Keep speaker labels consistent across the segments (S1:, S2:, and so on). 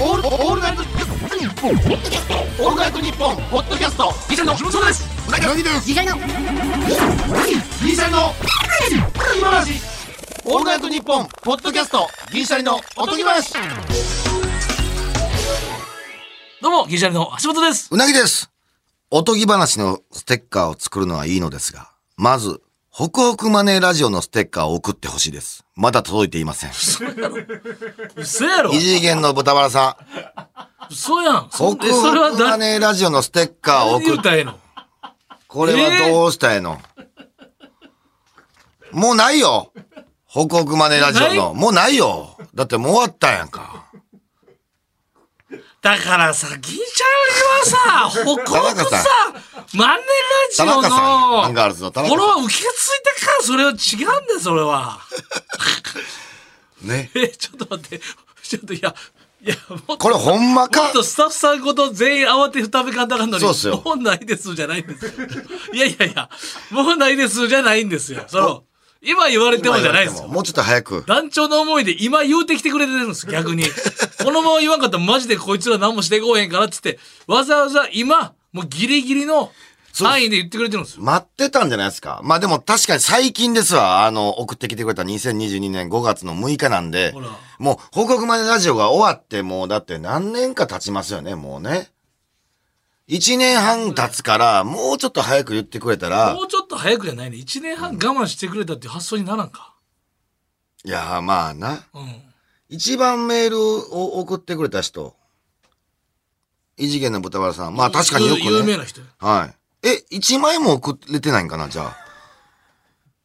S1: オールオールナイトニッポンオールナイトニッポンポッドキャストギシャリの木本そうです
S2: なぎです
S3: 次回の
S1: ギシャリの今話オールナイトニッポンポッドキャストギシャリのおとぎ話
S4: どうも、ギリシャリの橋本です。
S2: うなぎですおとぎ話のステッカーを作るのはいいのですが、まず、ホクホクマネーラジオのステッカーを送ってほしいです。まだ届いていません。
S4: 嘘やろ
S2: 異次元の豚バラさん、
S4: 嘘やん。そ
S2: ホ
S4: ん
S2: ク
S4: でそれは
S2: ホクマ
S4: 誰
S2: ネーラジオのステッカーを
S4: に
S2: 送
S4: 言
S2: っ
S4: うたらええの
S2: これはどうしたいの、もうないよホクホクマネーラジオの。もうないよだってもう終わったやんか。
S4: だからさ、ギリシャリはさ、ほこほこ
S2: 田中
S4: さ
S2: さ、
S4: マネ
S2: 田
S4: ラジオ
S2: 中さん、アンガー
S4: の、
S2: ルズの田中
S4: これ
S2: さ
S4: は受け継いだから、それは違うんだよ、それは。
S2: ん。ね。
S4: え、ちょっと待って、ちょっと、いや、いや、もっと
S2: これほんま
S4: も
S2: か
S4: っとスタッフさんごと全員慌てふためかんだかんのに、
S2: そうっすよ
S4: もうないですじゃないんですよ。いやいやいや、もうないですじゃないんですよ。その、今言われてもじゃないですよ。
S2: もうちょっと早く。
S4: 団長の思いで今言うてきてくれてるんです逆 にこのまま言わんかったらマジでこいつら何もしてこうへんからっつってわざわざ今もうギリギリの範囲で言ってくれてるんですよ
S2: 待ってたんじゃないですか。まあでも確かに最近ですわ。あの、送ってきてくれた2022年5月の6日なんで
S4: ほら、
S2: もう報告までラジオが終わってもうだって何年か経ちますよね、もうね。1年半経つから、もうちょっと早く言ってくれたら
S4: も、うちょっと早くじゃないね1年半我慢してくれたっていう発想にならんか
S2: いやーまあな。
S4: うん
S2: 一番メールを送ってくれた人、異次元の豚バラさん。まあ確かによ
S4: 有
S2: く
S4: 名
S2: ね。
S4: な人
S2: はい。え、1枚も送れてないんかな、じゃあ。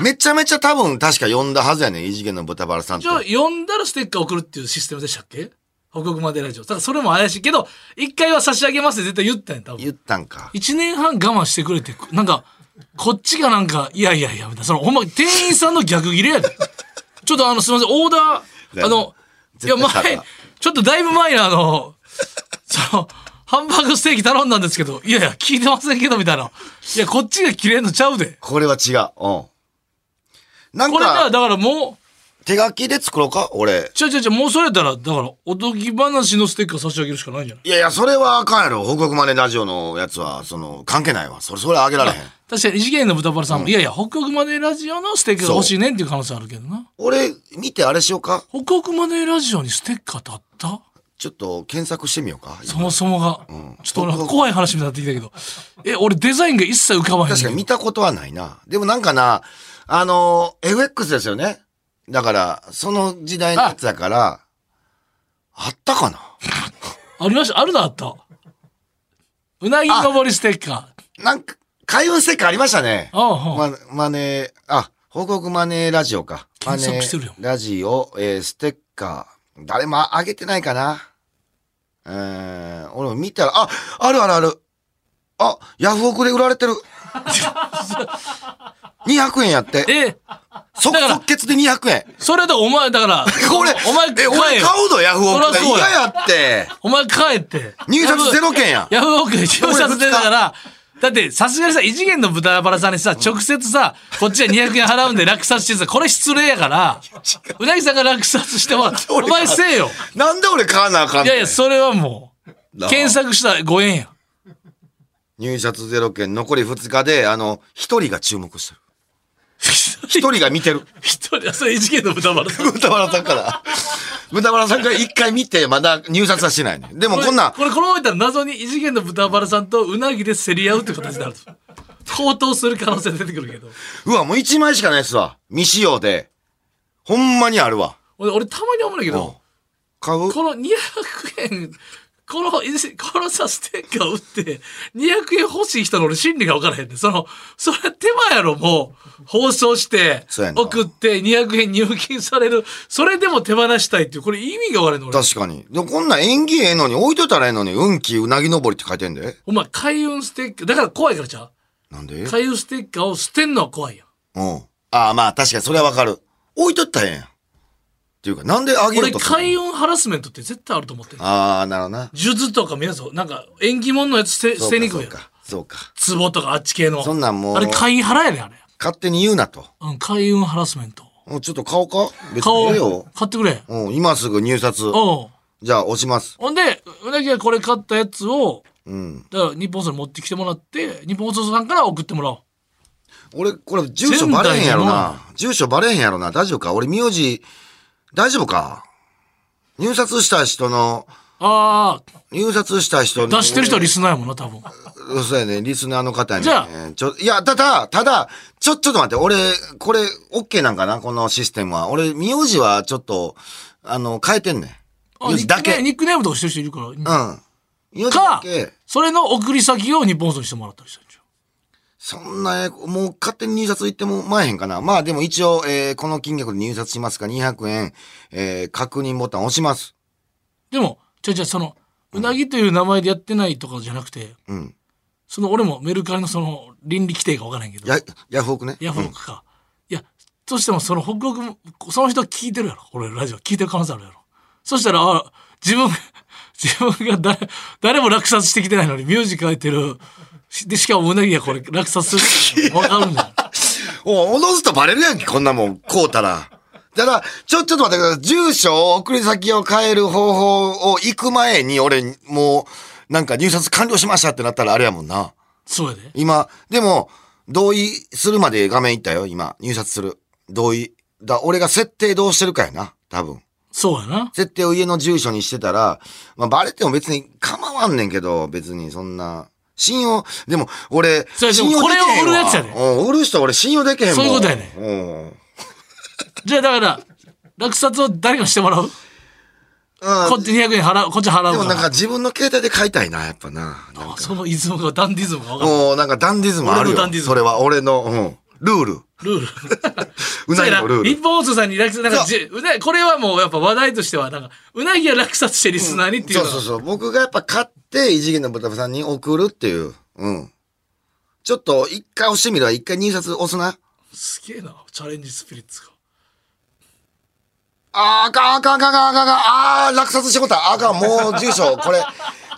S2: めちゃめちゃ多分確か読んだはずやね異次元の豚バラさんって
S4: 一。応呼んだらステッカー送るっていうシステムでしたっけ報告までラジオだからそれも怪しいけど一回は差し上げますって絶対言ったんや多分
S2: 言ったんか。
S4: 1年半我慢してくれてなんかこっちがなんかいやいやいやみたいなそのほんま店員さんの逆切れやで ちょっとあのすみませんオーダーあのい
S2: 絶
S4: や
S2: 対買うわ
S4: 前ちょっとだいぶ前にあのそのハンバーグステーキ頼んだんですけどいやいや聞いてませんけどみたいないやこっちが切れんのちゃうで
S2: これは違う。うん。なん
S4: これじゃあ
S2: か、
S4: だからも
S2: 手書きで作ろうか俺
S4: う。ちょちょちょもうそれやったらだからおとぎ話のステッカー差し上げるしかないんじゃない
S2: いやいや、それはあかんやろ。報告までラジオのやつは、その、関係ないわ。それ、それあげられへん。
S4: 確かに異次元の豚バラさんも、いやいや北国マネーラジオのステッカーが欲しいねんっていう可能性あるけどな
S2: 俺、見てあれしようか
S4: 北国マネーラジオにステッカーってあった
S2: ちょっと検索してみようか。
S4: そもそもが、
S2: ん
S4: ちょっと俺なんか怖い話みたいになってきたけど、え、俺デザインが一切浮かばへんねん
S2: 確
S4: けど。
S2: かに見たことはないな。でもなんかな、あの、FX ですよね。だから、その時代のやつだから、あったかな
S4: ありました、あるのあった。うなぎ登りステッカー。
S2: なんか、開運ステッカーありましたね。
S4: ああ、はあ
S2: ま、マネー、あ、報告マネーラジオか。マ
S4: 検
S2: ネ
S4: 索してるよ
S2: ーラジオ、えーステッカー。誰も上げてないかな。えー、俺も見たら、あ、あるあるある。あ、ヤフオクで売ら れてる。200円やって。
S4: え、
S2: 即
S4: だから
S2: 即決で200円。
S4: それでお前、だから、
S2: これ、
S4: お前、
S2: え、俺
S4: 帰え
S2: 買うのヤフオク
S4: そ
S2: で。
S4: らそうや
S2: 嫌やって。
S4: お前帰って。
S2: 入札ゼロ件や。
S4: ヤフオクで入札出たから、だってさすがにさ、異次元の豚バラさんにさ、直接さ、こっちは200円払うんで落札してさ、これ失礼やから、うなぎさんが落札してもらって、お前せえよ。
S2: なんで俺買わなあかんの
S4: いやいや、それはも
S2: な
S4: う、
S2: あ
S4: 検索したらご縁や。
S2: 入札ゼロ件、残り2日で、あの、一人が注目してる。一人が見 てる。
S4: 一人、それ異次元の豚バラさん。
S2: 豚バラさんから。豚バラさんから一回見て、まだ入札はしないね。でもこんなん、
S4: これ、このままいったら謎に異次元の豚バラさんとうなぎで競り合うって形になる。高騰する可能性出てくるけど。
S2: うわ、もう一枚しかないっすわ。未使用で。ほんまにあるわ。
S4: 俺、俺たまに思うんだけ
S2: うん
S4: ど、
S2: 買う
S4: この200円、この、いじこのさ、ステッカー売って、200円欲しい人の俺心理が分からへんねんその、それ手間やろ、もう。放送して
S2: そうや、な
S4: 送って200円入金される。それでも手放したいっていう、これ意味が分からへんの俺。
S2: 確かに。でもこんなん縁起ええのに置いといたらええのに、運気うなぎ登りって書いてんで。
S4: お前、開運ステッカー、だから怖いからちゃう
S2: なんで
S4: 開運ステッカーを捨てんのは怖いやん。
S2: うん。ああ、まあ確かにそれはわかる。置いとったらええやん。っていうか、なんであげる
S4: 俺、
S2: と
S4: 開運ハラスメントって絶対あると思ってる。
S2: ああ、なるほどな。
S4: 術とか皆さん、なんか、縁起物のやつ捨て捨てにく
S2: そ
S4: い
S2: う
S4: やん。
S2: か。そうか。
S4: 壺とかあっち系の。
S2: そんなんもう
S4: あれ、開運払やで、あれ。
S2: 勝手に言うなと。
S4: うん、開運ハラスメント。
S2: うんちょっと顔か別
S4: 顔
S2: にええよ、。
S4: 買ってくれ。
S2: うん、今すぐ入札。
S4: おう
S2: じゃあ押します。
S4: ほんで、うなぎがこれ買ったやつを、
S2: うん。
S4: だから日本放送に持ってきてもらって、日本放送さんから送ってもらおう。
S2: 俺、これ、住所バレへんやろな。住所バレへんやろな。大丈夫か俺、名字、大丈夫か入札した人の、
S4: ああ、
S2: 入札した人の。
S4: 出してる人はリスナーやもんな、多分。
S2: うんそうやね、リスナーの方に。
S4: じゃ
S2: ちょ、いや、ただ、ただ、ちょ、ちょっと待って、俺、これ、OK なんかなこのシステムは。俺、名字はちょっと、あの、変えてんねん。
S4: あ
S2: 名字だけ。
S4: ニックネームニックネームとかしてる人いるから。
S2: うん。名字だ
S4: か
S2: け。、
S4: それの送り先を日本放送にしてもらったりしたんじ
S2: そんな、えもう勝手に入札行ってもまえへんかな。まあでも一応、えーこの金額で入札しますか、200円、えー確認ボタン押します。
S4: ゃん。でも、じゃじゃその、うなぎという名前でやってないとかじゃなくて、
S2: うん。
S4: その俺もメルカリのその倫理規定がわからへんけど、
S2: や、ヤフオクね。
S4: ヤフオ
S2: うん
S4: クか。いや、としてもその北国も、その人聞いてるやろ。俺ラジオ聞いてる可能性あるやろ。そしたら、あ自分が、 自分が誰、誰も落札してきてないのにミュージ書いてる。しで、しかもうなぎがこれ落札する。わかるんだよ。
S2: おおのずとバレるやんけ、こんなもん、こうたら。ただ、ちょ、ちょっと待ってください。住所を送り先を変える方法を行く前に、俺、もう、なんか入札完了しましたってなったらあれやもんな。
S4: そうやで。
S2: 今、でも、同意するまで画面行ったよ、今。入札する。同意。だ、俺が設定どうしてるかやな、多分。
S4: そうやな。
S2: 設定を家の住所にしてたら、まあ、バレても別に構わんねんけど、別にそんな。信用、でも、俺、
S4: それでも
S2: 信用できへんわ
S4: これを売るやつやで
S2: うん、売る人俺信用できへんもん。
S4: そういうことやね
S2: うん。
S4: じゃあだから、落札を誰かしてもらう
S2: あ
S4: こっち200円払う、こっち払うから。
S2: でもなんか自分の携帯で買いたいな、やっぱな。なんか
S4: あそのイズムが、ダンディズムが分か
S2: もうなんかダンディズムある
S4: 俺のダ
S2: よ
S4: ンディ。ズム
S2: それは俺の、うん。ルール。
S4: る。ルール。
S2: うなぎのルー
S4: 日
S2: ル。
S4: 本放送さんに落札、なんかじ、うなこれはもうやっぱ話題としては、なんか、うなぎが落札してリスナーにってい
S2: そ
S4: うの
S2: うそ
S4: が、
S2: うそう。僕がやっぱ買って、異次元の豚さんに送るっていう。うん。ちょっと、一回押してみるわ。一回入札押すな。
S4: すげえな、チャレンジスピリッツが。
S2: あー、あかん、あかん、あかん、あかん、あかん。あー、落札してもうた。あかん、もう住所、これ、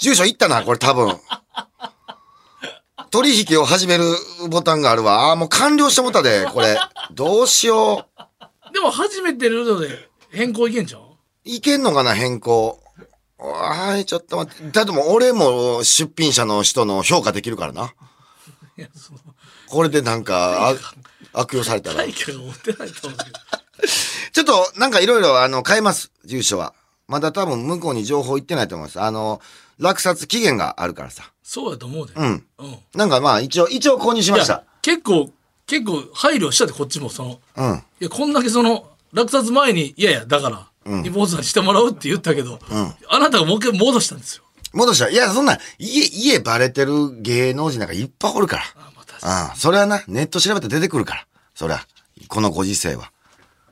S2: 住所いったな、これ多分。取引を始めるボタンがあるわ。あー、もう完了してもうたで、これ。どうしよう。
S4: でも初めてルールで変更いけんじゃん
S2: いけんのかな、変更。はい、ちょっと待って。だってもう俺も出品者の人の評価できるからな。
S4: いや、その、
S2: これでなんか、あ悪用されたら。
S4: 大会が持ってないと思うけど。
S2: ちょっと、なんかいろいろ、あの、変えます、住所は。まだ多分向こうに情報行ってないと思います。あの、落札期限があるからさ。
S4: そうやと思うで。
S2: う。ん。
S4: うん。い
S2: なんかまあ、一応、一応購入しました
S4: や。、結構、結構配慮したで、こっちも、その、
S2: うん。
S4: いや、こんだけその、落札前に、いやいや、だから、リポートさんしてもらうって言ったけど、あなたがもう一回戻したんですよ。
S2: 戻した。いや、そんな、家、家バレてる芸能人なんかいっぱいおるから。
S4: あ、また、
S2: ああ、それはな、ネット調べて出てくるから。そりゃ、このご時世は。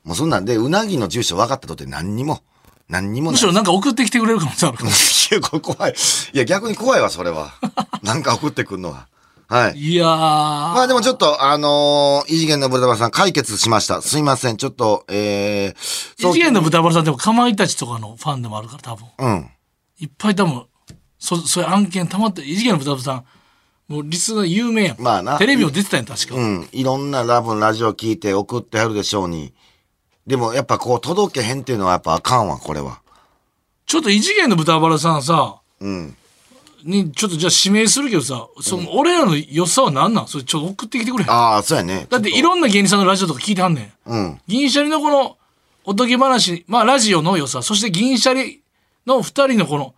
S2: もうそんなんで、うなぎの住所分かったとって何にも、何にも
S4: む
S2: ない
S4: し。ろなんか送ってきてくれる可能性あるか ら。
S2: いや、これ怖い。いや、逆に怖いわ、それ は。なんか送ってくんのは。はい。
S4: いやー。
S2: まあでもちょっと、あのー異次元のブルタバさん解決しました。すいません。ちょっと、えー、
S4: 異次元の豚バラさんでもかまいたちとかのファンでもあるから多分。
S2: うん。
S4: いっぱい多分、そ、そういう案件溜まって、異次元の豚バラさん、もうリスナー有名やん。
S2: まあな
S4: テレビも出てたやん、確か。
S2: うん。いろんなラブのラジオ聞いて送ってはるでしょうに。でもやっぱこう届けへんっていうのはやっぱあかんわ、これは。
S4: ちょっと異次元の豚バラさんさ、
S2: うん。
S4: に、ちょっとじゃあ指名するけどさ、その、俺らの良さは何なんそれちょっと送ってきてくれへん。だ
S2: ああ、そうやね。
S4: っていろんな芸人さんのラジオとか聞いてはんねん。
S2: うん。
S4: 銀シャリのこのおとぎ話、まあラジオの良さ、そして銀シャリの二人のこの、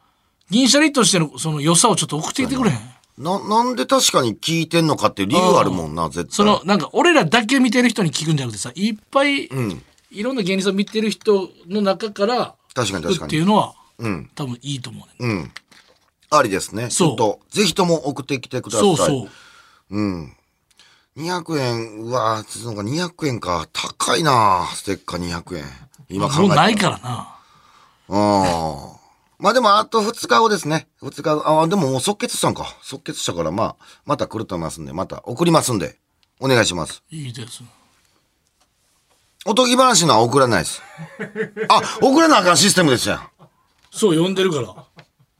S4: 銀シャリとしてのその良さをちょっと送ってきてくれへん。
S2: な、なんで確かに聞いてんのかっていう理由あるもんな、絶対。
S4: その、なんか俺らだけ見てる人に聞くんじゃなくてさ、いっぱい、いろんな芸人さん見てる人の中から、
S2: 確かに確か
S4: ってい
S2: に。
S4: うのは、
S2: うん。
S4: 多分いいと思うね。
S2: うん。ありですね。ち
S4: そう
S2: ょっと、ぜひとも送ってきてください。
S4: そうそう。
S2: うん。200円、うわぁ、なんか200円か。高いなぁ、ステッカー200円。今考え
S4: もう
S2: た
S4: ないからな。
S2: ああ。まあでも、あと2日後ですね。2日後。ああ、でももう即決したんか。即決したから、まあ、また来ると思いますんで、また送りますんで、お願いします。
S4: いいです。
S2: おとぎ話のは送らない です。あ、送らなあかんシステムですや
S4: そう、呼んでるから。だ
S2: ん。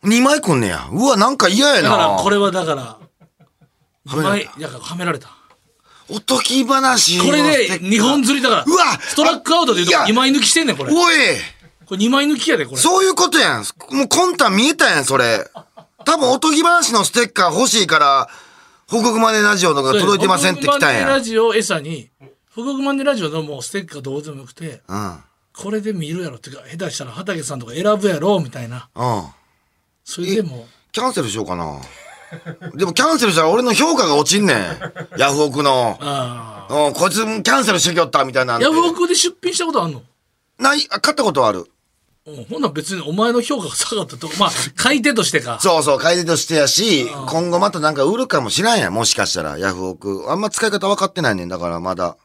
S2: 2枚来んねや。うわ、なんか嫌や
S4: から、
S2: な
S4: こ。れはだから、
S2: はめられ
S4: いっぱいだからはめられた。
S2: おとぎ話の
S4: これ
S2: ステッ
S4: で
S2: カー
S4: 2本釣りだから、
S2: うわ
S4: ストラックアウトで言う
S2: いや
S4: と2枚抜きしてんねん、これ。
S2: おい
S4: これ2枚抜きやで、これ。
S2: そういうことやん。もう魂胆見えたやん、それ。多分、おとぎ話のステッカー欲しいから、報告までラジオのが届いてませんって来たん
S4: 福
S2: や。
S4: 岡マンデーラ
S2: う
S4: ジオを餌に、福岡マンデーラジオのもうステッカーどうでもよくて、
S2: ん。
S4: これで見るやろっていうか、下手したら畑さんとか選ぶやろ、みたいな。
S2: うん。
S4: それでも、
S2: キャンセルしようかな。でもキャンセルしたら俺の評価が落ちんねん。ヤフオクの。
S4: あ
S2: うん、こいつキャンセルしてきよったみたいなん
S4: あ。
S2: で。
S4: ヤフオクで出品したことあんの
S2: ない、あ買ったことはある。
S4: うん、ほんなら別にお前の評価が下がったと、まあ、買い手としてか。
S2: そうそう、買い手としてやし、今後またなんか売るかもしらんやん。もしかしたら、ヤフオク。あんま使い方分かってないねん。だからまだ、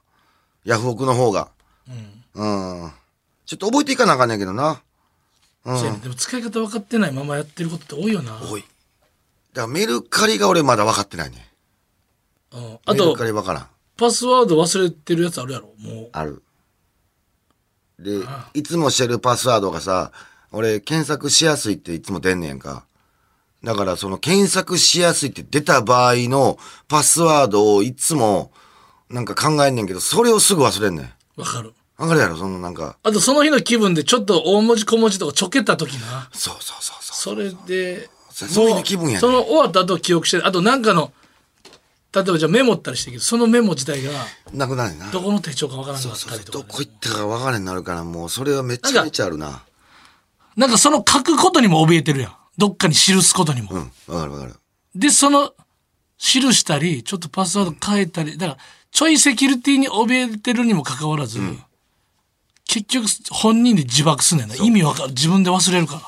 S2: ヤフオクの方が。うん。ちょっと覚えていかなあかんねんけどな。うん。
S4: そうやねでも使い方分かってないままやってることって多いよな。
S2: おい。だからメルカリが俺まだ分かってないねん。
S4: うん、あ
S2: メル
S4: と
S2: カ、リ分からん。
S4: パスワード忘れてるやつあるやろ、もう。
S2: ある。で、いつもしてるパスワードがさ、俺検索しやすいっていつも出んねやんか。だからその検索しやすいって出た場合のパスワードをいつもなんか考えんねんけど、それをすぐ忘れんねん。
S4: わかる。
S2: わかるやろそのなんか。
S4: あと、その日の気分でちょっと大文字小文字とかちょけた時な。
S2: そうそうそうそう。
S4: それで、
S2: そうそういう気分やね
S4: その終わった後記憶して、あとなんかの、例えばじゃあメモったりしてるけど、そのメモ自体が、
S2: なくなるな。
S4: どこの手帳かわからなか
S2: そう
S4: っ
S2: そ
S4: た
S2: う
S4: り
S2: そう。
S4: とか
S2: ど
S4: ね、
S2: こ行ったか分からんなるから、もうそれはめちゃめちゃあるな。
S4: なんかその書くことにも怯えてるやん。どっかに記すことにも。
S2: うん。わかるわかる。
S4: で、その、記したり、ちょっとパスワード変えたり、だから、ちょいセキュリティに怯えてるにもかかわらず、結局、本人で自爆すんねんな。意味わかる。自分で忘れるから。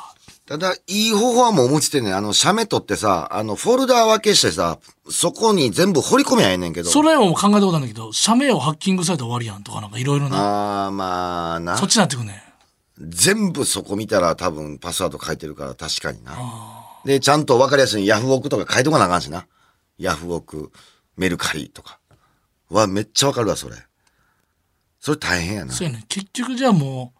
S2: ただ、いい方法はもう思いついてんねん。あの、写メ取ってさ、あの、フォルダー分けしてさ、そこに全部掘り込みゃええねんけど。
S4: それも考えたことあるんだけど、社名をハッキングされたら終わりやんとか、なんかいろいろな。
S2: あー、まあな
S4: そっ。ちになってくんねん。
S2: 全部そこ見たら多分パスワード書いてるから確かにな。で、ちゃんと分かりやすいようにヤフオクとか書いとかなあかんしな。ヤフオク、メルカリとか。わ、めっちゃわかるわ、それ。それ大変やな。
S4: そうやねん。結局じゃあもう、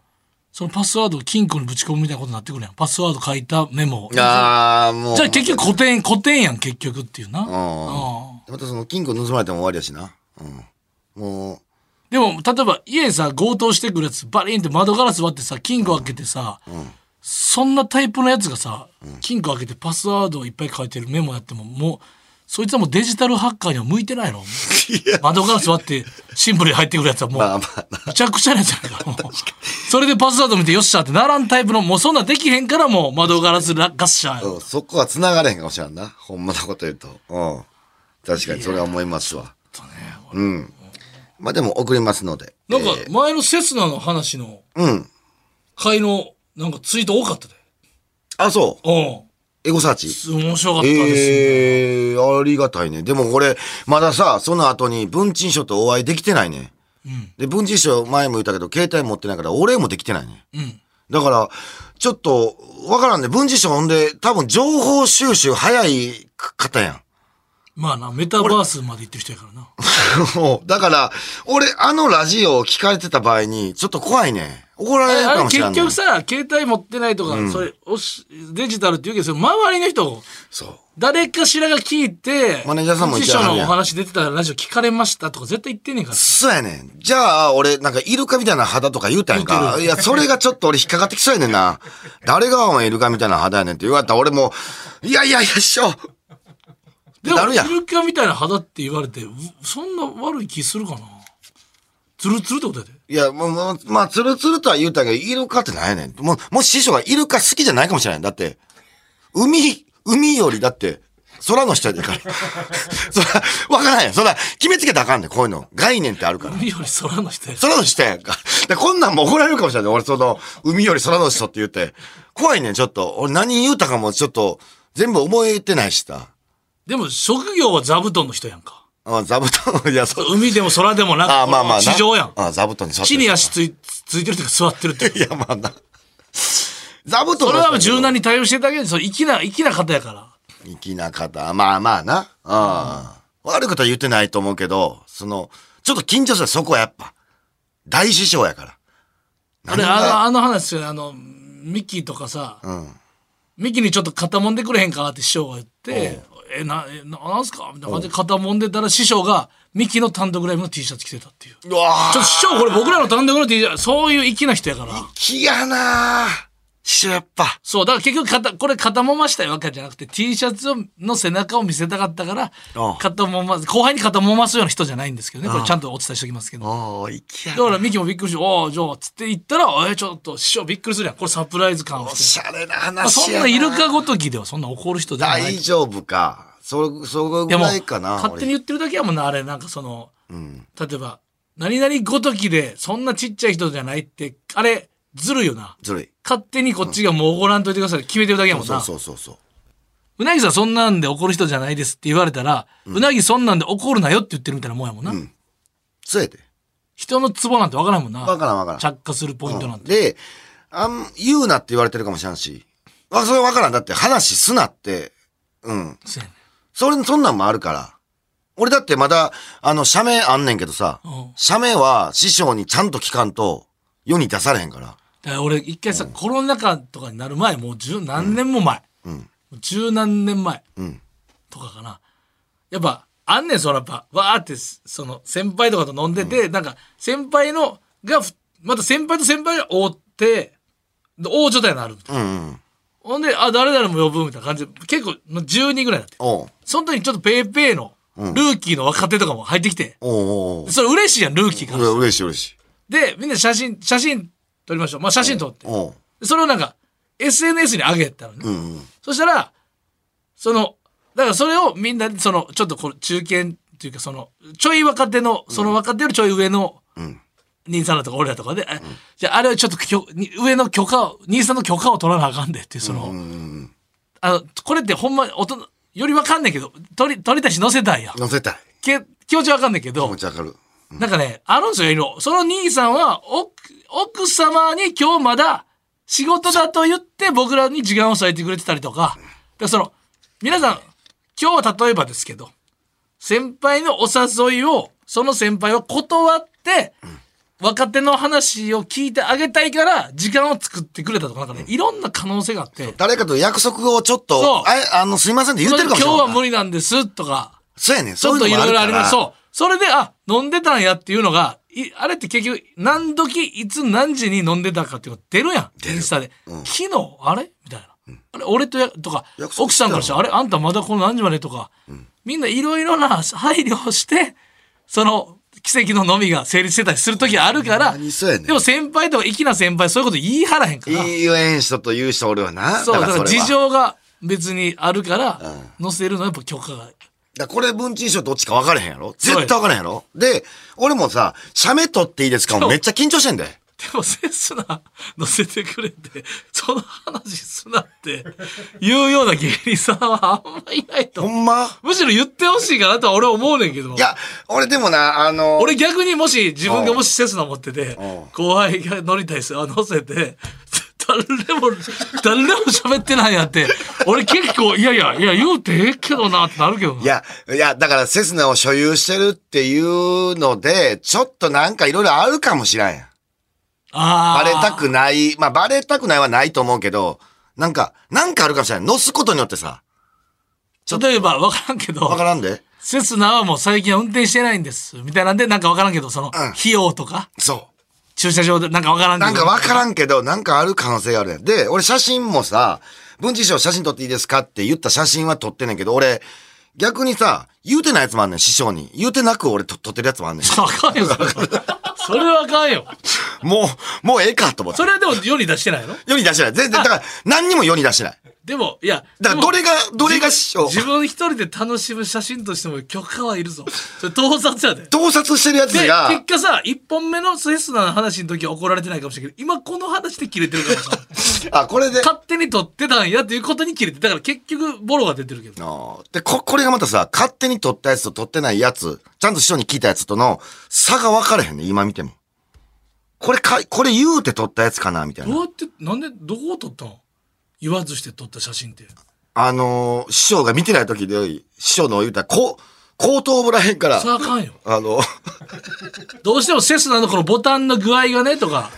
S4: そのパスワードを金庫にぶち込むみたいなことになってくるやん。パスワード書いたメモを。じゃあ
S2: あー、もう。
S4: 結局古典、古典やん、結局っていうな。
S2: ん
S4: うん
S2: またその金庫盗まれても終わりやしな。うん。もう、
S4: でも、例えば家さ、強盗してくるやつ、バリンって窓ガラス割ってさ、金庫開けてさ、そんなタイプのやつがさ、金庫開けてパスワードをいっぱい書いてるメモやっても、もう、そいつはもうデジタルハッカーには向いてないの。窓ガラス割ってシンプルに入ってくるやつはもう、
S2: まあまあ
S4: むちゃくちゃなやつやからもうそれでパスワード見てよっしゃってならんタイプのもうそんなんできへんからもう窓ガラスラガッシャーよ
S2: うんそこは繋がれへんかもしれんな。ほんまのこと言うと。うん。確かにそれは思いますわ。うん。まあでも送りますので。
S4: なんか
S2: えー
S4: 前のセスナの話の
S2: うん。
S4: 回のなんかツイート多かったで
S2: あ、そう。
S4: う
S2: エゴサーチ。
S4: ん面白かったです、
S2: ええー、ありがたいね。でもこれ、まださ、その後に文鎮書とお会いできてないね。で、文鎮書前も言ったけど、携帯持ってないから、お礼もできてないね。
S4: ん
S2: だから、ちょっと、わからんね。文鎮書ほんで、多分情報収集早い方やん。
S4: まあなメタバースまで行ってる人やからな
S2: も うだから、俺、あのラジオを聞かれてた場合に、ちょっと怖いね。怒られる
S4: あ
S2: か
S4: れ
S2: もしれな
S4: 結
S2: い。
S4: 局さ携帯持ってないとか、それおしデジタルって言うけどそれ周りの人
S2: そう。
S4: 誰かしらが聞いて
S2: マネージャーさんも言っ
S4: 師
S2: ては
S4: 匠
S2: るやん
S4: のお話出てたらラジオ聞かれましたとか絶対言ってんねえから
S2: そうやねん。じゃあ、俺、なんか、イルカみたいな肌とか言うたやん
S4: 言う
S2: か。
S4: てる
S2: いや、それがちょっと俺引っかかってきそうやねんな。誰がお前イルカみたいな肌やねんって言われたら、俺もう、いやいやいや、師匠。
S4: でも
S2: なるやん
S4: イルカみたいな肌って言われてうそんな悪い気するかなツルツルってことやで
S2: いや、もう、もうまあ、つるつるとは言うたけど、イルカってなんやねん。もう、もし師匠がイルカ好きじゃないかもしれない。だって、海、海よりだって、空の下やでから。 そら、わからんやん。そら、決めつけたらあかんねん、こういうの。概念ってあるから。
S4: 海より空の人や
S2: 空の下やんか。で、こんなんも怒られるかもしれない。俺、その、海より空の下って言うて。怖いねん、ちょっと。俺、何言うたかも、ちょっと、全部覚えてないしさ。
S4: でも職業は座布団の人やんか
S2: あ、座布団、いや、そう。
S4: 海でも空でもなく
S2: あ、まあまあな。
S4: 地上やん
S2: あ、座布団に座って
S4: 地
S2: る
S4: に足ついついてるというか座ってるっていう
S2: いや、まあな。座布団の人
S4: それは柔軟に対応してたけどその粋な粋な方やから
S2: 粋な方。まあまあな。うん。悪いことは言ってないと思うけど、その、ちょっと緊張する、そこはやっぱ。大師匠やから。
S4: あれ
S2: 何が
S4: あのあの話よねあのミッキーとかさ、
S2: うん。
S4: ミッキーにちょっと肩もんでくれへんかって師匠が言ってえなえななんすか?」みたいな感じで肩揉んでたら師匠がミキの単独ライブの T シャツ着てたっていうち
S2: う
S4: ょ
S2: わ
S4: っと師匠これ僕らの単独の T シャツそういう粋な人やから
S2: 気やな師匠やっぱ。
S4: そうだから結局肩これ肩揉ましたいわけじゃなくて T シャツをの背中を見せたかったから
S2: ああ
S4: 肩揉ま後輩に肩揉ますような人じゃないんですけどねこれちゃんとお伝えしておきますけど
S2: おー、気や
S4: だ
S2: な
S4: からミキもびっくりして「おおじゃあ」つって言ったら「えちょっと師匠びっくりするやんこれサプライズ感を
S2: お
S4: して
S2: しゃれな
S4: まあ
S2: 話
S4: そん
S2: や
S4: なイルカごときではそんな怒る人じゃない
S2: 大丈夫か。そ、そこ
S4: い
S2: ぐ
S4: やもう
S2: らいかな。
S4: 勝手
S2: 俺
S4: に言ってるだけやもんなあれなんかその、例えば「何々ごときでそんなちっちゃい人じゃない」ってあれずるいよな
S2: ずるい。
S4: 勝手にこっちがもう怒らんといてくださいって決めてるだけやもんな
S2: そううそうそうそう。
S4: なぎさんそんなんで怒る人じゃないですって言われたら、うなぎそんなんで怒るなよって言ってるみたいなもんやもんな、
S2: そうやで。
S4: 人のツボなんてわからんもんな
S2: わからんわからん。
S4: 着火するポイントなんて、
S2: で、あん、言うなって言われてるかもしれんし。わ、それわからん。だって話すなって。うん。
S4: そうやね
S2: それ、そんなんもあるから。俺だってまだ、あの、社名あんねんけどさ
S4: うん、
S2: 社名は師匠にちゃんと聞かんと、世に出されへんから。
S4: だから俺一回さ、コロナ禍とかになる前もう十何年も前、もう十何年前
S2: うん。
S4: とかかなやっぱあんねんそのやっぱわーってすその先輩とかと飲んでて、なんか先輩のがふまた先輩と先輩が追ってで大所帯になるみたいな
S2: うんうん。
S4: ほんであ誰々も呼ぶみたいな感じで結構の10人ぐらいだって
S2: おう。
S4: その時にちょっとペーペーのルーキーの若手とかも入ってきて、
S2: おうおうおう
S4: それ嬉しいやんルーキーか
S2: う
S4: ら
S2: わ嬉しい嬉しい。
S4: でみんな写真写真撮りましょうまあ写真撮って
S2: おう。
S4: それをなんか SNS に上げたのね、
S2: うんうん。
S4: そしたら、その、だからそれをみんな、その、ちょっとこう、中堅っていうか、その、ちょい若手の、その若手よりちょい上の、
S2: ん
S4: 兄さんだとか俺らとかで、あじゃああれはちょっときょに上の許可を、兄さんの許可を取らなあかんでっていう、その、あの、これってほんま、大人、よりわかんねんけど、取り、取り出し乗せたんや。
S2: 乗せたい。
S4: け気持ちわかんねんけ
S2: 気
S4: ど
S2: 持、ちわかる。
S4: なんかね、あるんですよ、いろいろその兄さんは、奥、奥様に今日まだ仕事だと言って僕らに時間を割いてくれてたりとか、だからその、皆さん、今日は例えばですけど、先輩のお誘いを、その先輩は断って、若手の話を聞いてあげたいから、時間を作ってくれたとか、なんかね、いろんな可能性があって、
S2: 誰かと約束をちょっ
S4: そう
S2: と、あいあの、すいませんって言ってるかもしれ
S4: 今
S2: ない。
S4: 日は無理なんです、とか、
S2: そうやねん。
S4: ちょっといろいろあります。
S2: そう
S4: そう。それで、あ、飲んでたんやっていうのが、いあれって結局、何時、いつ何時に飲んでたかっていうのが出るやん。インスタで。昨日、あれみたいな。あれ、俺とや、とか
S2: 約束して、たの
S4: 奥さんからしたら、あれ、あんたまだこの何時までとか、みんないろいろな配慮をして、その、奇跡の飲みが成立してたりする時あるから、
S2: ほんまにそうやねん
S4: でも先輩とか、粋な先輩、そういうこと言い張らへんから。
S2: いいよ、演人と言う人おるわな。
S4: そう、だ
S2: だ
S4: か
S2: からら
S4: 事
S2: それは
S4: 情が別にあるから、載せるのはやっぱ許可が
S2: だからこれ文鎮師匠どっちか分からへんやろ絶対分からへんやろで、俺もさ、写メ撮っていいですか
S4: そう
S2: めっちゃ緊張してんだよ。
S4: でもセスナ乗せてくれて、その話すなって言うような芸人さんはあんまいないと
S2: ほ
S4: 思う。
S2: んま
S4: むしろ言ってほしいかなとは俺思うねんけど。
S2: いや、俺でもな、あの、
S4: 俺逆にもし自分がもしセスナ持ってて
S2: うんうん、
S4: 後輩が乗りたいですよ、乗せて、誰も、誰も喋ってないやって、俺結構、いやいや、いや、言うてええけどなってなるけどな。
S2: いや、いや、だからセスナを所有してるっていうので、ちょっとなんかいろいろあるかもしらんやん。
S4: あ
S2: バ
S4: ー
S2: レたくない。まあ、バレたくないはないと思うけど、なんか、なんかあるかもしれない。乗すことによってさ、
S4: 例えば分からんけど
S2: わ、からんで。
S4: セスナはもう最近は運転してないんです、みたいなんで、なんか分からんけど、その、
S2: ん
S4: 費用とか。
S2: そう。
S4: 駐車場でなんかわからんけ
S2: な
S4: ど
S2: んかわからんけど、なんかある可能性があるやん。で、俺写真もさ、文治師匠写真撮っていいですかって言った写真は撮ってんねんけど、俺、逆にさ、言うてないやつもあんねん、師匠に。言うてなく俺と撮ってるやつもあんねん。
S4: あかんよそれそれはあかんよ
S2: もう、もうええかと思って
S4: そ。れはでも世に出してないの
S2: 世に出してない。全然、だから、何にも世に出してない。
S4: でもいや
S2: だから、どれが、どれが師匠、
S4: 自分一人で楽しむ写真としても許可はいるぞそれ盗撮やでで
S2: 盗撮してるやつ
S4: 結
S2: が、
S4: 果さ1本目のセスナの話の時は怒られてないかもしれないけど今この話で切れてるから さ
S2: あ、これで、
S4: 勝手に撮ってたんやっていうことに切れてだから結局ボロが出てるけど
S2: あーで、こ、これがまたさ、勝手に撮ったやつと撮ってないやつ、ちゃんと師匠に聞いたやつとの差が分からへんねん、今見ても。これか、これ言うて撮ったやつかな、みたいな
S4: どう。やってなんでどこを撮ったの言わずして撮った写真って
S2: あのー師匠が見てない時で、師匠の言うたら、こう、後頭部らへんから、
S4: さああかんよ
S2: あの、
S4: どうしてもセスナのこのボタンの具合がねとか、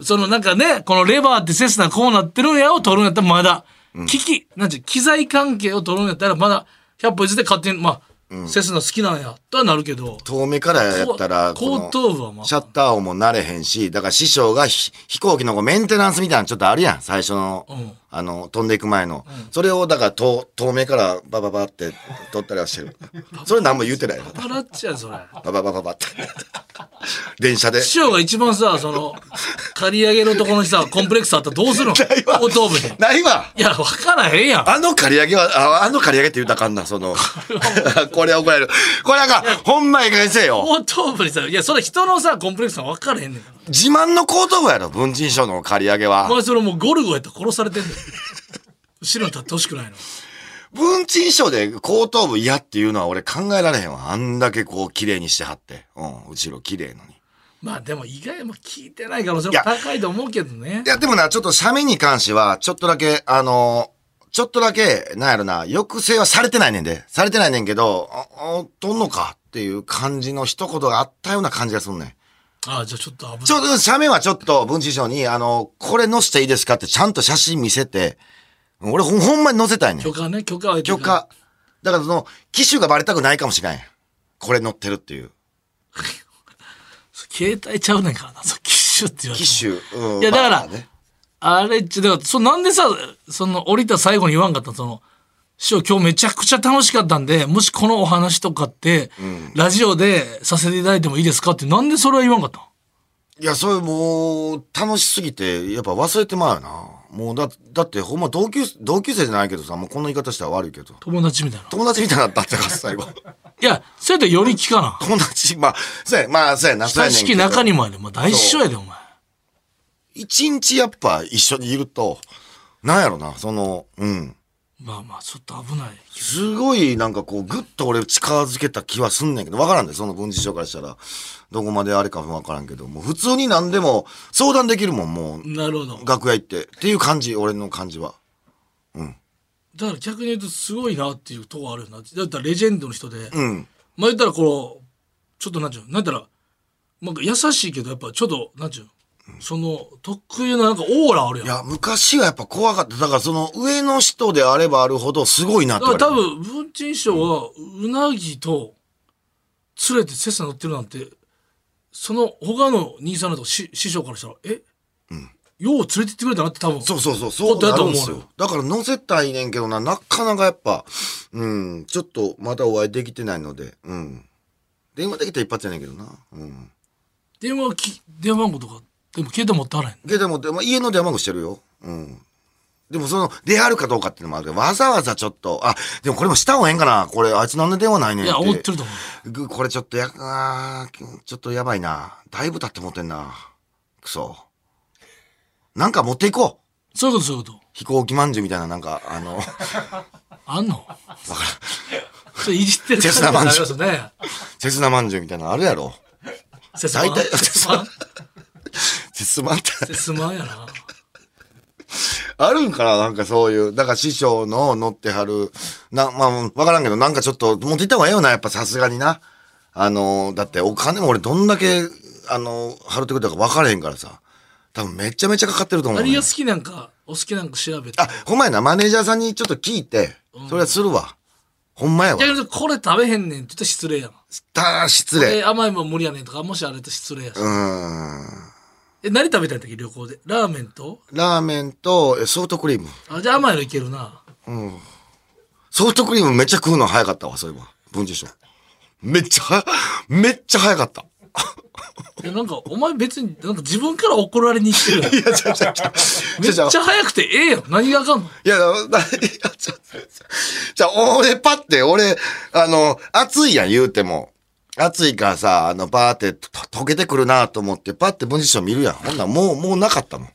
S4: そのなんかね、このレバーってセスナこうなってるんやを取るんやったらまだ、機器、なんちゅう、機材関係を取るんやったらまだ100歩譲って勝手に、まあ、セスナ好きなんや、とはなるけど、
S2: 遠目からやったら、
S4: こ後頭部はまあ
S2: シャッター音も慣れへんし、だから師匠がひ飛行機のこうメンテナンスみたいなのちょっとあるやん、最初の、
S4: ん
S2: あの、飛んでいく前の。それを、だから遠、遠目からバババって撮ったりはしてる。それ何も言ってないよ。
S4: 笑っちゃう、それ。
S2: バババババって。電車で。
S4: 師匠が一番さ、その、借り上げのところにさ、コンプレックスあったらどうするの
S2: ないわ
S4: 後頭部に。
S2: ないわ
S4: いや、わからへんやん。
S2: あの刈り上げは、ああの刈り上げって言うたらあかんな、その。これは怒られる。これはあかん、ほんまいい加減にせえよ。
S4: 後頭部にさ、いや、それ人のさ、コンプレックスが分からへんねんから。
S2: 自慢の後頭部やろ、文人賞の刈り上げは
S4: お。前それもうゴルゴやったら殺されてんねん。後ろに立ってほしくないの。
S2: 文鎮賞で後頭部嫌っていうのは俺考えられへんわ。あんだけこう綺麗にしてはって。うん、後ろ綺麗のに。
S4: まあでも意外も聞いてない可能性も高いと思うけどね
S2: い。や、でもな、ちょっと写メに関しては、ちょっとだけ、あのちょっとだけ、なんやろな、抑制はされてないねんで。されてないねんけど、あ、あとんのかっていう感じの一言があったような感じがすんねん。
S4: ああ、じゃあちょっと危ない
S2: ち。ょっと、写メはちょっと、文鎮賞に、あのこれ載せていいですかってちゃんと写真見せて、俺ほんほんまに載せたいねん。
S4: 許可ね、許可は得て
S2: 許
S4: から。
S2: 可。だからその、機種がバレたくないかもしれん。これ乗ってるっていう。
S4: 携帯ちゃうねんからな、そう、キッシュって言われても
S2: 機種。うん
S4: いやだから
S2: まあね
S4: あれっち、だから、そなんでさ、その、降りた最後に言わんかったのその、師匠今日めちゃくちゃ楽しかったんで、もしこのお話とかって、ラジオでさせていただいてもいいですかって、なんでそれは言わんかったの
S2: いや、それもう、楽しすぎて、やっぱ忘れてまうよな。もうだ、だってほんま同級、同級生じゃないけどさ、もうこんな言い方したら悪いけど。
S4: 友達みたいな。
S2: 友達みたいになったってから 最後。
S4: いや、それとより聞かな。
S2: 友達、まあ、そうや、まあ、そうやな、そうや
S4: 親
S2: ね
S4: し
S2: んけ
S4: き
S2: ど
S4: 中にもやで、まあ、大師匠やで、お前。
S2: 一日やっぱ一緒にいると、なんやろな、その、うん。
S4: まあまあ、ちょっと危ない。
S2: すごい、なんかこう、ぐっと俺近づけた気はすんねんけど、わからんで、その文治師匠からしたら、どこまであれかわからんけど、もう普通に何でも相談できるもん、もう、
S4: なるほど。
S2: 楽屋行って。っていう感じ、俺の感じは。
S4: だから逆に言うとすごいなっていうとこあるよな。だったらレジェンドの人で、
S2: うん。
S4: まあ言ったらこう、ちょっとなんちゅうの、なんたら、なんか優しいけど、やっぱちょっと、なんちゅうの、その、特有のなんかオーラあるやん。
S2: い
S4: だ
S2: や、昔はやっぱ怖かった。だからその上の人であればあるほどすごいなって
S4: か
S2: 言
S4: ら
S2: われ
S4: 多
S2: る。
S4: 分、文鎮師匠は、うなぎと、連れて切磋乗ってるなんて、その他の兄さんだとか師師匠からしたら、え、よう連れてってくれたなって多分。
S2: そうそうそう、そう
S4: ことや
S2: な
S4: と
S2: るん
S4: 思う
S2: で
S4: よ
S2: すよ。だから乗せたいねんけどな、なかなかやっぱ、うん、ちょっとまだお会いできてないので、うん。電話できたら一発やねんけどな。うん。
S4: 電話き、電話番号とか、でも携帯持ってはらへん。
S2: けども、でも家の電話番号してるよ。うん。でもその、出会るかどうかっていうのもあるけど、わざわざちょっと、あ、でもこれもした方がええんかな。これ、あいつなんで電話ないねん
S4: い
S2: って。
S4: や、思ってると思う。
S2: ぐこれちょっとや、あーちょっとやばいな。だいぶ経って持ってんな。くそ。なんか持っていこう。
S4: そういうこと、そういうこと。
S2: 飛行機まんじゅうみたいな、なんか、あの、
S4: あんのそれいじってる
S2: セスナマンショ
S4: 感じになりますね。
S2: 刹那まんじゅうみたいなのあるやろ。
S4: セスマン
S2: 大体、
S4: セスマン
S2: 刹那って、
S4: セスマンやな。
S2: あるんかななんかそういう。だから師匠の乗ってはる、な、まあ、わからんけど、なんかちょっと持っていった方がええよな、やっぱさすがにな。あの、だってお金も俺どんだけ、あの、払ってくれたか分からへんからさ。多分めちゃめちゃかかってると思う、
S4: 何が好きなんか、お好きなんか調べて。
S2: あ、ほんまやな、マネージャーさんにちょっと聞いて、それはするわ。ほんまやわ
S4: 逆。にこれ食べへんねんって言ったら失礼やな。
S2: たー、失礼。
S4: え、甘いもん無理やねんとか、もしあれと失礼やし
S2: う。ーん。
S4: え、何食べたい時旅行で。ラーメンと
S2: ラーメンとえソフトクリーム。
S4: あ、じゃあ甘いのいけるな。
S2: ソフトクリームめっちゃ食うの早かったわ、そういえば。文治師匠。めっちゃは、めっちゃ早かった。
S4: え、なんか、お前別に、なんか自分から怒られに行ってるやん。めっ
S2: ちゃちゃちゃ。め
S4: ちゃ早くてええやん。何があかんの
S2: いや、だいや、ちょ、じゃ、俺、パって、俺、あの、暑いやん、言うても。暑いからさ、あの、バーって、と溶けてくるなと思って、パって文治師匠見るやん。ほんなん、もう、もうなかったもん。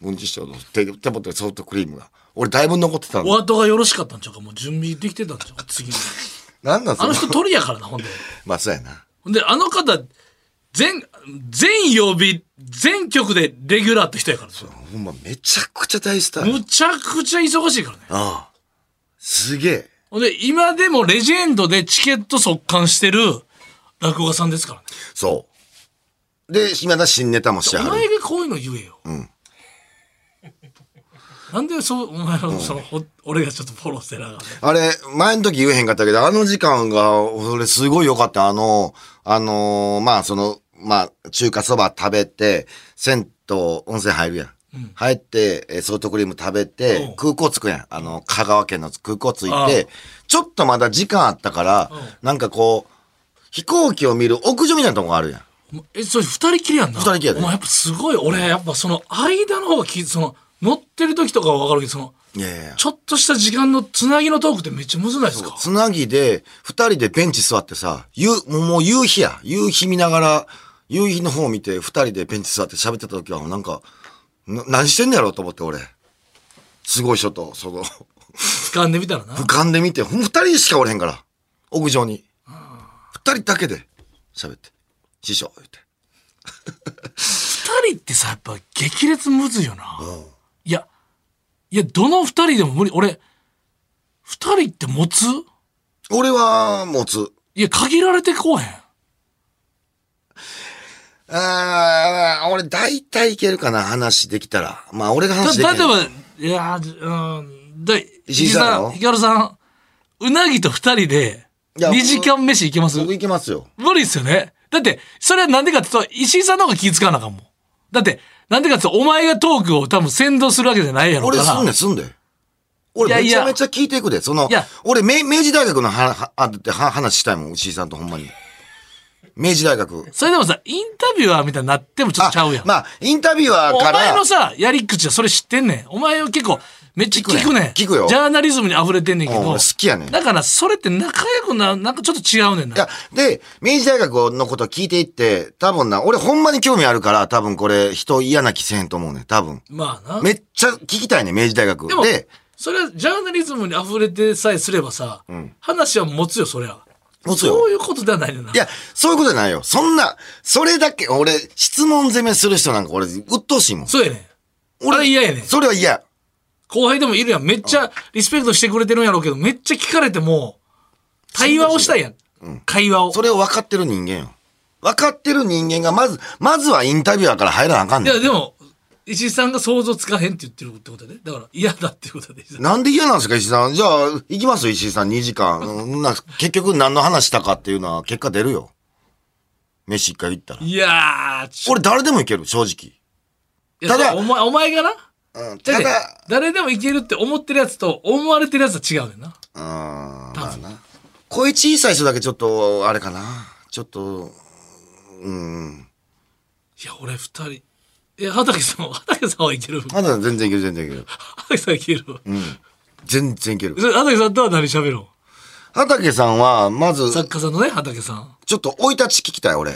S2: 文治師匠の手、手元にソフトクリームが。俺、だいぶ残ってたんだ。
S4: お後がよろしかったんちゃうか。もう準備できてたんちゃうか。次の。
S2: なんなん
S4: あ
S2: そ
S4: の
S2: の
S4: 人鳥やからな、ほんで。
S2: まあ、そうやな。
S4: ほんで、あの方、全、全曜日、全局でレギュラーって人やからね。
S2: ほんま、めちゃくちゃ大スターや。
S4: むちゃくちゃ忙しいからね。
S2: ああ。すげえ。
S4: ほんで、今でもレジェンドでチケット速乾してる落語家さんですからね。
S2: そう。で、今だ新ネタもして
S4: お
S2: はる。
S4: 前がこういうの言えよ。 なんでそう、お前の、その、ほ俺がちょっとフォローしてなかった。
S2: あれ、前の時言えへんかったけど、あの時間が、俺すごい良かった。あの、あのーまあ、その、まあ、中華そば食べて、銭湯、温泉入るやん。入って、えーソフトクリーム食べ
S4: う
S2: て
S4: ん、
S2: 空港着くやん。あの、香川県の空港着
S4: あ
S2: い
S4: あ
S2: て、ちょっとまだ時間あったから
S4: うん、
S2: なんかこう、飛行機を見る屋上みたいなとこがあるやん。
S4: え、それ二人きりやんな。
S2: 二人きりやで
S4: お前やっぱすごい、俺やっぱその間の方がき、その、乗ってる時とかはわかるけど、その、
S2: いやいや
S4: ちょっとした時間のつなぎのトークってめっちゃむずないですか
S2: つなぎで、二人でベンチ座ってさ、夕、もうもう夕日や。夕日見ながら、夕日の方を見て、二人でベンチ座って喋ってた時は、なんか、な何してんのやろうと思って、俺。すごい人と、その、
S4: 掴んでみたらな。
S2: 俯瞰で見て、ほん二人しかおれへんから。屋上に。二人だけで、喋って。師匠、言って。
S4: 二人ってさ、やっぱ激烈むずいよな。いや、いや、どの二人でも無理。俺、二人って持つ
S2: 俺は、持つ。
S4: いや、限られてこうへん。
S2: あー、俺大体いけるかな、話できたら。まあ、俺が話でき
S4: た
S2: た
S4: 例え
S2: ら。
S4: ば、いやー、うん、だ、
S2: 石井
S4: 石井
S2: さんや
S4: さ
S2: ろ
S4: ん、ヒカルさん、うなぎと二人で、
S2: いや
S4: 2時間飯行けます
S2: 僕いけますよ。
S4: 無理っすよね。だって、それはなんでかって言うと、石井さんの方が気ぃつかなあかんもん。だって、なんでかって言うと、お前がトークを多分先導するわけじゃないやろう
S2: 俺
S4: から。
S2: すんねんすんで。
S4: いや
S2: 俺
S4: い
S2: めち
S4: や
S2: ゃめちゃ聞いていくで。その
S4: いや、
S2: 俺明明治大学のははあっては話したいもん、石井さんとほんまに。明治大学。
S4: それでもさ、インタビュアーみたいになってもちょっとちゃうやん。
S2: まあ、インタビュアー
S4: お
S2: から。
S4: 前のさ、やり口はそれ知ってんねん。お前は結構、めっちゃ聞くねん。
S2: 聞くよ
S4: ジャーナリズムに溢れてんねんけ
S2: うん
S4: ど。
S2: 俺好きやねん
S4: だから、それって仲良くな、なんかちょっと違うねんな。
S2: いや、で、明治大学のこと聞いていって、多分な、俺ほんまに興味あるから、多分これ人嫌な気せへんと思うねん、多分。
S4: まあな。
S2: めっちゃ聞きたいねん、明治大学
S4: で。も
S2: で、
S4: それはジャーナリズムに溢れてさえすればさ、話は持つよ、そりゃ。
S2: 持つよ
S4: そういうことではないねんな。
S2: いや、そういうことじゃないよ。そんな、それだけ、俺、質問攻めする人なんか俺、鬱陶しいもん。
S4: そうやねん。俺
S2: 俺
S4: は嫌やねん。
S2: それは嫌。
S4: 後輩でもいるやん。めっちゃリスペクトしてくれてるんやろうけど、めっちゃ聞かれても、対話をしたいやん。会話を。
S2: それを分かってる人間よ。分かってる人間が、まず、まずはインタビュアーから入らなあかん
S4: い
S2: ねん
S4: や、。でも、石井さんが想像つかへんって言ってるってことだね。だから嫌だっていうことで。石井さん
S2: なんで嫌なんですか、石井さん。じゃあ、行きますよ、石井さん、2時間。うんな結局何の話したかっていうのは結果出るよ。飯一回行ったら。
S4: いやー、ちょ
S2: 俺誰でも行ける、正直。
S4: いや
S2: ただ
S4: お前、お前がな、
S2: うん、
S4: だ
S2: た
S4: って
S2: だ、
S4: 誰でもいけるって思ってるやつと思われてるやつは違うねんな。
S2: うん、まあな。声小さい人だけちょっと、あれかな。ちょっと、うん。
S4: いや、俺二人。え、畑さんは、畑さんはいける。
S2: まだ全然いける、全然いける。
S4: 畑さんいける。
S2: うん。全然いける
S4: そ。れ畑さんとは何喋ろ
S2: 畑さんは、まず
S4: う、作家さんのね、畑さん。
S2: ちょっと生い立ち聞きたい、俺。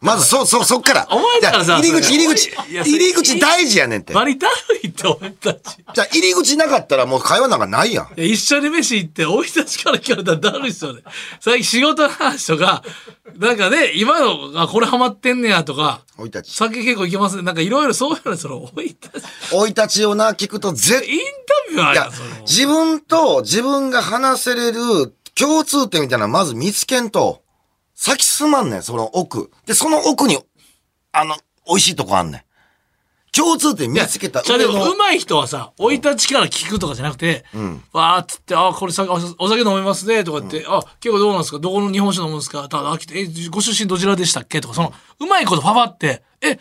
S2: まず、そ、そ、そっから。
S4: お前から
S2: い
S4: さ
S2: や入り口、
S4: それ
S2: 入り口。
S4: いやそれ
S2: 入り口大事やねんって。
S4: バリだるいって俺たち。い
S2: じゃあ入り口なかったらもう会話なんかないやん。
S4: や、一緒に飯行って、おいたちから聞かれたらだるいっすよね。最近仕事の話とか、なんかね、今の、あ、これハマってんねやとか、
S2: 生い立ち。
S4: 酒結構いけますね。なんかいろいろそういうの、その、おいたち。
S2: 生い立ちをな、聞くと絶対。
S4: インタビュアー
S2: い
S4: や
S2: や
S4: ん、その。
S2: 自分と自分が話せれる共通点みたいなのまず見つけんと、先進まんねん、その奥。で、その奥に、あの、美味しいとこあんねん。共通点見つけた
S4: じゃあ
S2: 上
S4: で
S2: の。
S4: も、うまい人はさ、生い立ちから聞くとかじゃなくて、わーっつって、あ、これさおお酒飲めますね、とかって、あ、結構どうなんですかどこの日本酒飲むんですかただ、秋田、え、ご出身どちらでしたっけとか、その、うまいことパパって、え、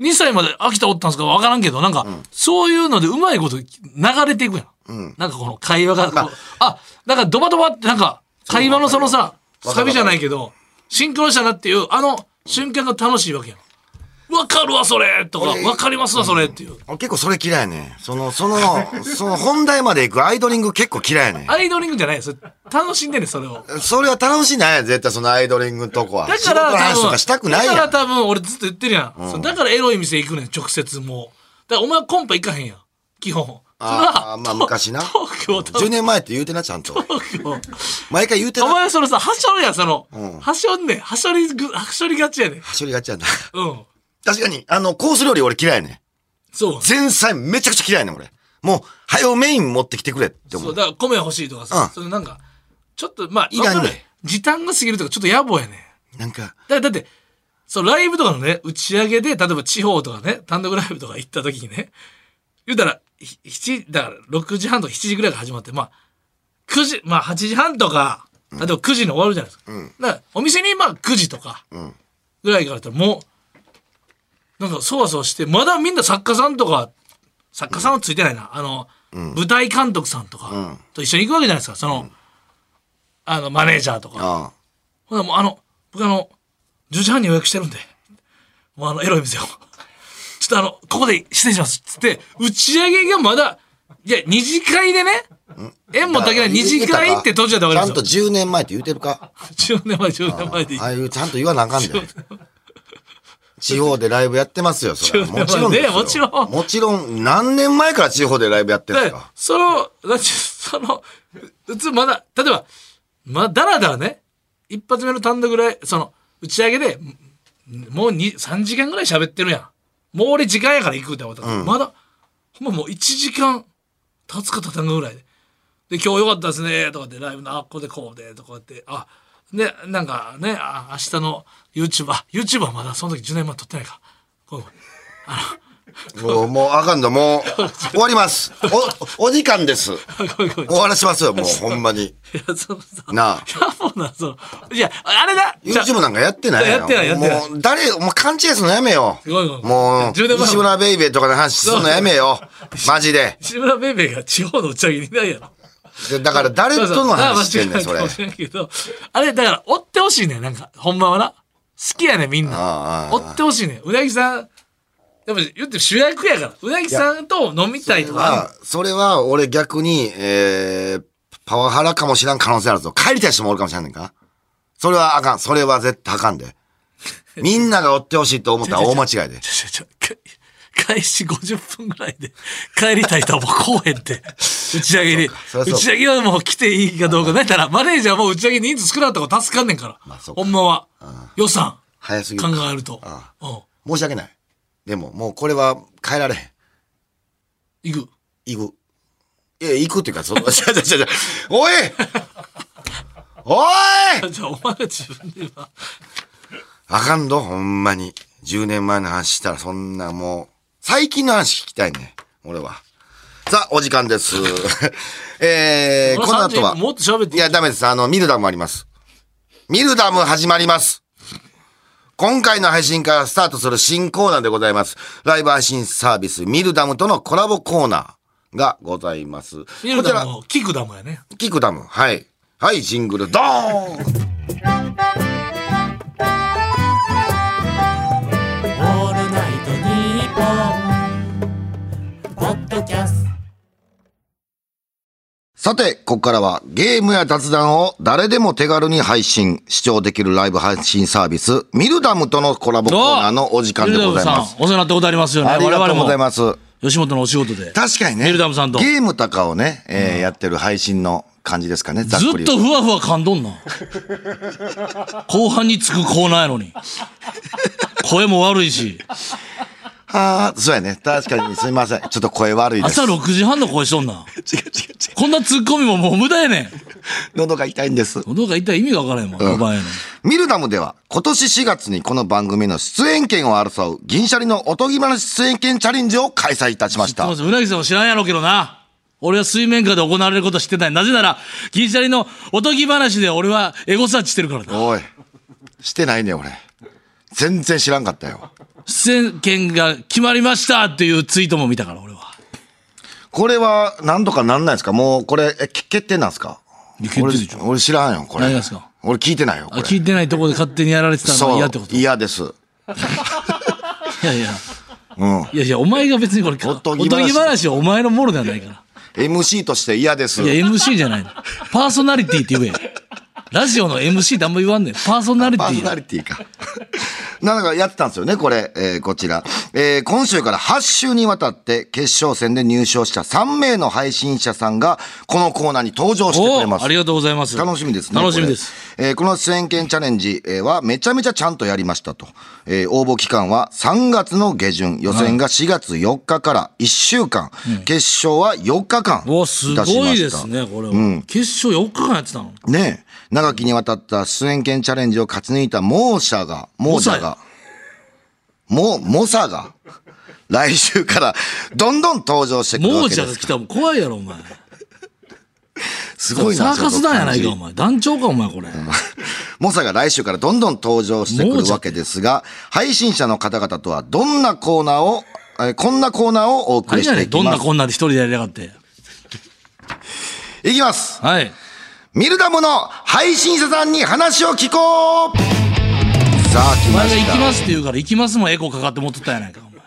S4: 2歳まで秋田おったんですかわからんけど、なんか、そういうのでうまいこと流れていくやん。なんかこの会話がこう、あ、なんかドバドバって、なんか、会話のそのさ、
S2: わか
S4: サ
S2: る
S4: ビじゃないけど、シンクロしたなっていう、あの瞬間が楽しいわけやん。わかるわ、それとか、
S2: 俺
S4: わかりますわ、それっていう。
S2: 俺結構それ嫌いやねん。その、その、その本題まで行くアイドリング結構嫌いやねん。
S4: アイドリングじゃないよそれ楽しんでねそれを。
S2: それは楽しいないやん絶対そのアイドリングのとこは。
S4: だ
S2: 仕
S4: か
S2: 事の
S4: ら、
S2: 話とかした
S4: 多
S2: く
S4: 分
S2: ないや
S4: だから
S2: ん。
S4: 多分俺ずっと言ってるやん。そうだからエロい店行くねん、直接もう。だからお前はコンパ行かへんやん。基本。それ
S2: あ
S4: は
S2: あ、まあ
S4: ト
S2: 昔な。
S4: トークを、ト
S2: 10年前って言うてな、ちゃんと。
S4: ークを。
S2: 毎回言うて
S4: お
S2: な。
S4: 前はそのさ、はしょるやん、その。
S2: うん
S4: はしょんねん。はしょりぐ、はしょりがちやねん。
S2: 処理がちやな。
S4: うん。
S2: 確かに、あの、コース料理俺嫌いやね
S4: そう。
S2: ん。前菜めちゃくちゃ嫌いやねん、俺。もう、早よメイン持ってきてくれって思
S4: そう、
S2: う。
S4: だから米欲しいとか
S2: う
S4: さ
S2: ん、
S4: それなんか、ちょっと、まあ、
S2: いらんねん
S4: わかる時短が過ぎるとかちょっと野暮やねん。
S2: なんか、
S4: だだって、そう、ライブとかのね、打ち上げで、例えば地方とかね、単独ライブとか行った時にね、言うたら、ひ七だから6時半とか7時ぐらいから始まってまあ9時まあ8時半とか例えば9時に終わるじゃないですか,、だからお店にまあ9時とかぐらいからだったらもうなんかそわそわしてまだみんな作家さんとか作家さんはついてないな、あの、舞台監督さんとかと一緒に行くわけじゃないですかその、あのマネージャーとか。
S2: あ
S4: ほなもうあの、僕あの、10時半に予約してるんで、もうあの、エロい店を。ちょっとあの、ここで失礼します。つって、打ち上げがまだ、いや、二次会でね、縁も
S2: あ。
S4: だけない二次会って途中で終
S2: ち
S4: わ
S2: ゃ
S4: り
S2: ん
S4: で
S2: と
S4: す
S2: 10年前って言うてるか。
S4: よ。10年前、10年前で。
S2: ああいう、ちゃんと言わなあかんで。地方でライブやってますよ、それは。
S4: 10
S2: も
S4: 年前
S2: ちろんですよ。
S4: ねもちろん
S2: もちろん、何年前から地方でライブやってるんで
S4: です
S2: か
S4: その、だって、その、普通まだ、例えば、まあ、だらだらね、一発目の単独ぐらい、その、打ち上げで、んもうに3時間ぐらい喋ってるやん。もう俺時間やから行くって思った、まだ、ほんまもう1時間経つか経たんかぐらいで。で、今日良かったですね、とかって、ライブの、あ、こうでこうで、とかって、あ、で、なんかね、あ、明日の YouTuber、YouTuber はまだその時10年前撮ってないか。ごめんごめん
S2: もう、もう、あかんの、もう、終わります。お、お時間です。
S4: ごめんごめん。
S2: 終わらしますよ、もう、ほんまに。
S4: いや、そのさ、
S2: なあ。
S4: いやもうな、その、いや、あれだじゃあ
S2: YouTube なんかやってない
S4: やってないやってない
S2: もう、誰、もう勘違いするのやめよ
S4: ごいごいごい
S2: もう、
S4: 10年前
S2: 西村ベイベーとかの話するのやめよマジで。
S4: 西村ベイベーが地方の打ち上げにいないやろ。
S2: でだから、誰との話してんねん、それ。
S4: だ
S2: あ
S4: から間違いないかもしれんけど、あれ、だから、追ってほしいねん、なんか、ほんまはな。好きやねん、みんな。
S2: ああ
S4: 追
S2: あ、
S4: ってほしいねん。うなぎさん、やっぱ言って主役やから、うなぎさんと飲みたいと
S2: ま
S4: か
S2: あ、それは、俺逆に、えー、パワハラかもしらん可能性あるぞ。帰りたい人もおるかもしれんねんか。それはあかん。それは絶対あかんで。みんなが追ってほしいと思ったら大間違いで
S4: あ。る。ちょちょちょか開始50分ぐらいで帰りたいとはもう来おへんって。打ち上げに。
S2: そうかそりゃそう
S4: 打ち上げはもう来ていいかどうか。だったらマネージャーも打ち上げ人数少なかったから助かんねんから。
S2: まあそうか
S4: ほんまは。予算
S2: 早すぎ
S4: 考
S2: る。
S4: えると。
S2: あ
S4: うん。
S2: 申し訳ない。でも、もうこれは変えられへん。
S4: 行く。
S2: 行く。いや、行くっていうか、その、 ちゃちゃちゃちゃ、おいおい
S4: じゃあ、お前が自分で今。
S2: あかんど、ほんまに。10年前の話したら、そんなもう、最近の話聞きたいね。俺は。さあ、お時間です。えー、この後は。
S4: もっと喋って
S2: いや、ダメです。あの、ミルダムあります。ミルダム始まります。今回の配信からスタートする新コーナーでございます。ライブ配信サービス、ミルダムとのコラボコーナーがございます。こ
S4: 見る
S2: ち
S4: だ
S2: ら、
S4: も、聞くだもやね。
S2: キクダム。はい。はい、ジングル、ドーン
S3: オールナイトニッポン」ポッドキャスト
S2: さて、ここからはゲームや雑談を誰でも手軽に配信、視聴できるライブ配信サービス、ミルダムとのコラボコーナーのお時間でございます。
S4: ミルダムさんお世話になったことありますよね。
S2: ありがとうござい
S4: す。
S2: ます。
S4: 吉本のお仕事で。
S2: 確かにね。
S4: ミルダムさんと
S2: ゲームとかをね、えーやってる配信の感じですかね、ざっ
S4: ず
S2: くり。
S4: っとふわふわ噛んどんな。後半につくコーナーやのに。声も悪いし、
S2: はあ、そうやね。確かに、すみません。ちょ っと声悪いです。
S4: 朝6時半の声しとんな。
S2: 違う違う違
S4: こんなツッコミももう無駄やねん。
S2: う。 喉が痛いんです。
S4: どうか一体意味がわからへんもん、お前やのに。
S2: ミルダムでは今年4月にこの番組の出演権を争う銀シャリのおとぎ話出演権チャレンジを開催いたしまし
S4: 知って
S2: た
S4: ま。すうなぎさんも知らんやろうけどな。俺は水面下で行われることは知ってない。なぜなら、銀シャリのおとぎ話で俺はエゴサーチしてるからな。
S2: おい、してないね、俺。全然知らんかったよ。
S4: 出演権が決まりましたっていうツイートも見たから、俺は。
S2: これは何とかなんないですかもうこれ、え決決定なんですか
S4: いや決定でしょ
S2: 俺俺知らんよ、これ。
S4: 何がですか
S2: 俺聞いてないよ、こ
S4: あ
S2: れ。
S4: 聞いてないところで勝手にやられてたの
S2: そう
S4: は嫌ってことい
S2: 嫌です。
S4: やいや。
S2: うん。
S4: いやいや、お前が別にこれ、
S2: お
S4: お
S2: と
S4: と
S2: ぎ話
S4: ぎ話はお前のものではないか
S2: MC として嫌です。
S4: ら。いや、MC じゃないの。パーソナリティって言え。ラジオの MC ってあんま言わんねん。パーソナリテ
S2: パー
S4: ィ
S2: ソナ
S4: や。
S2: リティか。 なんかやってたんですよね、これ、えーこちら。えー今週から8週にわたって決勝戦で入賞した3名の配信者さんが、このコーナーに登場してくれ
S4: お
S2: ま
S4: お、
S2: す
S4: あり。がとうございます。
S2: 楽しみですね。
S4: 楽しみです。
S2: これ。えーこの出演権チャレンジえーはめちゃめちゃちゃんとやりましたと。えー応募期間は3月の下旬、予選が4月4日から1週間、決勝は4日間いたし
S4: お
S2: ま
S4: お、
S2: し
S4: す
S2: た。
S4: ごいですね、これは。決勝4日間やってたの。
S2: ねえ、長きにわたった出演権チャレンジを勝ち抜いた猛者が、猛者が、も、猛者が、来週からどんどん登場してくる
S4: モ
S2: わ
S4: ー
S2: け
S4: チ
S2: で
S4: ャが
S2: す
S4: 来たもん怖いやろお前
S2: すごい
S4: サ
S2: な
S4: ーカス団やないかお前団長かお前これ
S2: 猛者が来週からどんどん登場してくるわけですが配信者の方々とはどんなコーナーをえーこんなコーナーをお送
S4: 何
S2: りし
S4: や
S2: て
S4: ね
S2: いき
S4: んどん
S2: ま
S4: な
S2: す。
S4: こんなで一人でやりやがって
S2: いきます。
S4: はい
S2: ミルダムの配信者さんに話を聞こうさあ、来
S4: お
S2: ま
S4: 前が
S2: し
S4: 行
S2: た。
S4: きますって言うから行きますもエコーかかって持っとったやないか お前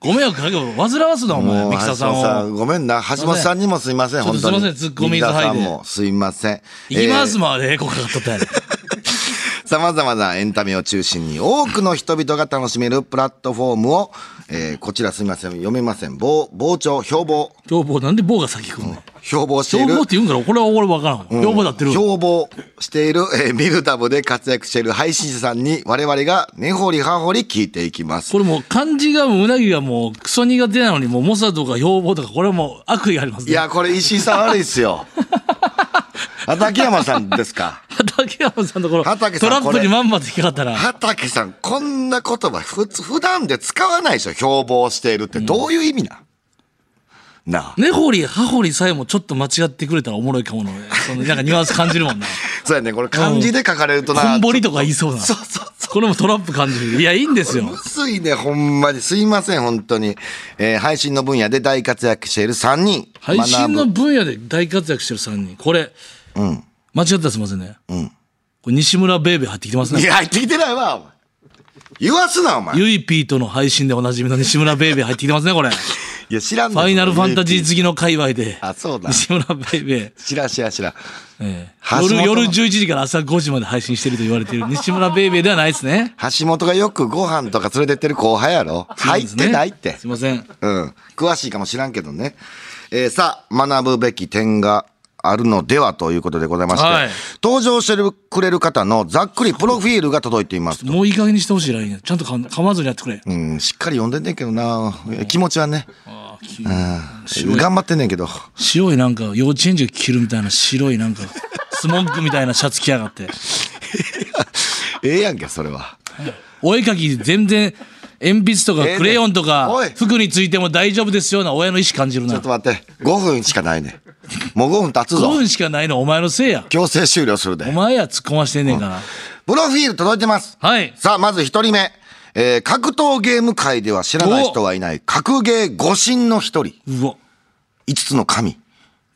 S4: ご迷惑かけろ煩わすなお前
S2: もう
S4: ミキサーさ
S2: 橋本
S4: んを
S2: ごめんな。橋本さんにもすいません、
S4: ちょっ
S2: 本当
S4: と
S2: に。
S4: すいませんツッコミ
S2: ミキサーさん
S4: 入
S2: もすいません。
S4: 行きます
S2: えー
S4: までエコーかかっとったやないか
S2: 様々なエンタメを中心に多くの人々が楽しめるプラットフォームを、えーこちらすみません、読めません。傍、傍聴、標榜、
S4: 凶暴なんで棒が先来んの
S2: 標榜してい
S4: 凶
S2: る。
S4: 暴って言うんからこれは俺分からん凶暴だってる
S2: 標榜している、えーミルダムで活躍している配信者さんに我々が根掘り葉掘り聞いていきます。
S4: これもう漢字がもううなぎがもうクソ苦手なのにもうモサとか要望とかこれはもう悪意がありますね
S2: いや、これ石井さん悪いっすよ。 畠山さんですか。
S4: 畠山さんのこの
S2: 畠さ
S4: ト
S2: ん
S4: ラッ
S2: こ
S4: プ
S2: れ
S4: にまんまと引っかかったら
S2: 畑さん、こんな言葉、ふつ、普段で使わないでしょ標榜しているってどういう意味なん、なあ。
S4: 根掘り葉掘りさえもちょっと間違ってくれたらおもろいかものそのなんかニュアンス感じるも んな
S2: そうやね、これ漢字で書かれると
S4: こ
S2: な。
S4: んぼりとか言いそうな
S2: そうそうそ
S4: これもトラップ感じるいやいいんですよ
S2: う。薄いね、ほんまに。すいません、本当に。えー配信の分野で大活躍している3人。
S4: 配信
S2: 学
S4: の
S2: ぶ
S4: 分野で大活躍してる3人これ、間違ったらすいませんね、これ西村ベイベー入ってきてます
S2: い
S4: ね
S2: や、入ってきてないわ、お前。言わすな、お前。い
S4: ゆいピーとの配信でおなじみの西村ベイベー入ってきてますね これフ
S2: や、知らんねん
S4: ァイナルファンタジー
S2: その UAP
S4: 次の界隈で
S2: あ、そうだ。
S4: 西村ベイベー
S2: 知らん、知らん、知らん。
S4: ええ
S2: 橋本
S4: 夜夜11時から朝5時まで配信してると言われている西村ベイベーではないですね。
S2: 橋本がよくご飯とか連れてってる後輩やろ。入ってないって
S4: す。いません。
S2: うん。詳しいかもしらんけどね。えーさあ、学ぶべき点があるのではということでございまして、
S4: はい
S2: 登場してるくれる方のざっくりプロフィールが届いています。
S4: もういい加減にしてほしいラインや。ちゃんとかん噛まずにやってくれ。
S2: うん、しっかり読んでんねんけどな。気持ちはね。
S4: あき
S2: うん頑張ってんねんけ ど。
S4: 白いなんか幼稚園児が着るみたいな白いなんかスモッグみたいなシャツ着やがって。
S2: ええやんけ、それは。
S4: お絵描き全然鉛筆と
S2: ええね
S4: かクレヨンと
S2: お
S4: か
S2: い
S4: 服についても大丈夫ですような親の意思感じる
S2: ちょ
S4: な
S2: っと。待って。5分しかないねん。もう5分経つ
S4: 5
S2: ぞ。
S4: 分しかないのお前のせいや。
S2: 強制終了するで
S4: お。前や突っ込ましてんねんから。
S2: プロフィール届いてます。
S4: はい。
S2: さあ、まず一人目。えー格闘ゲーム界では知らない人はいない、格ゲー五神の一人、
S4: うわ。
S2: 五つの神。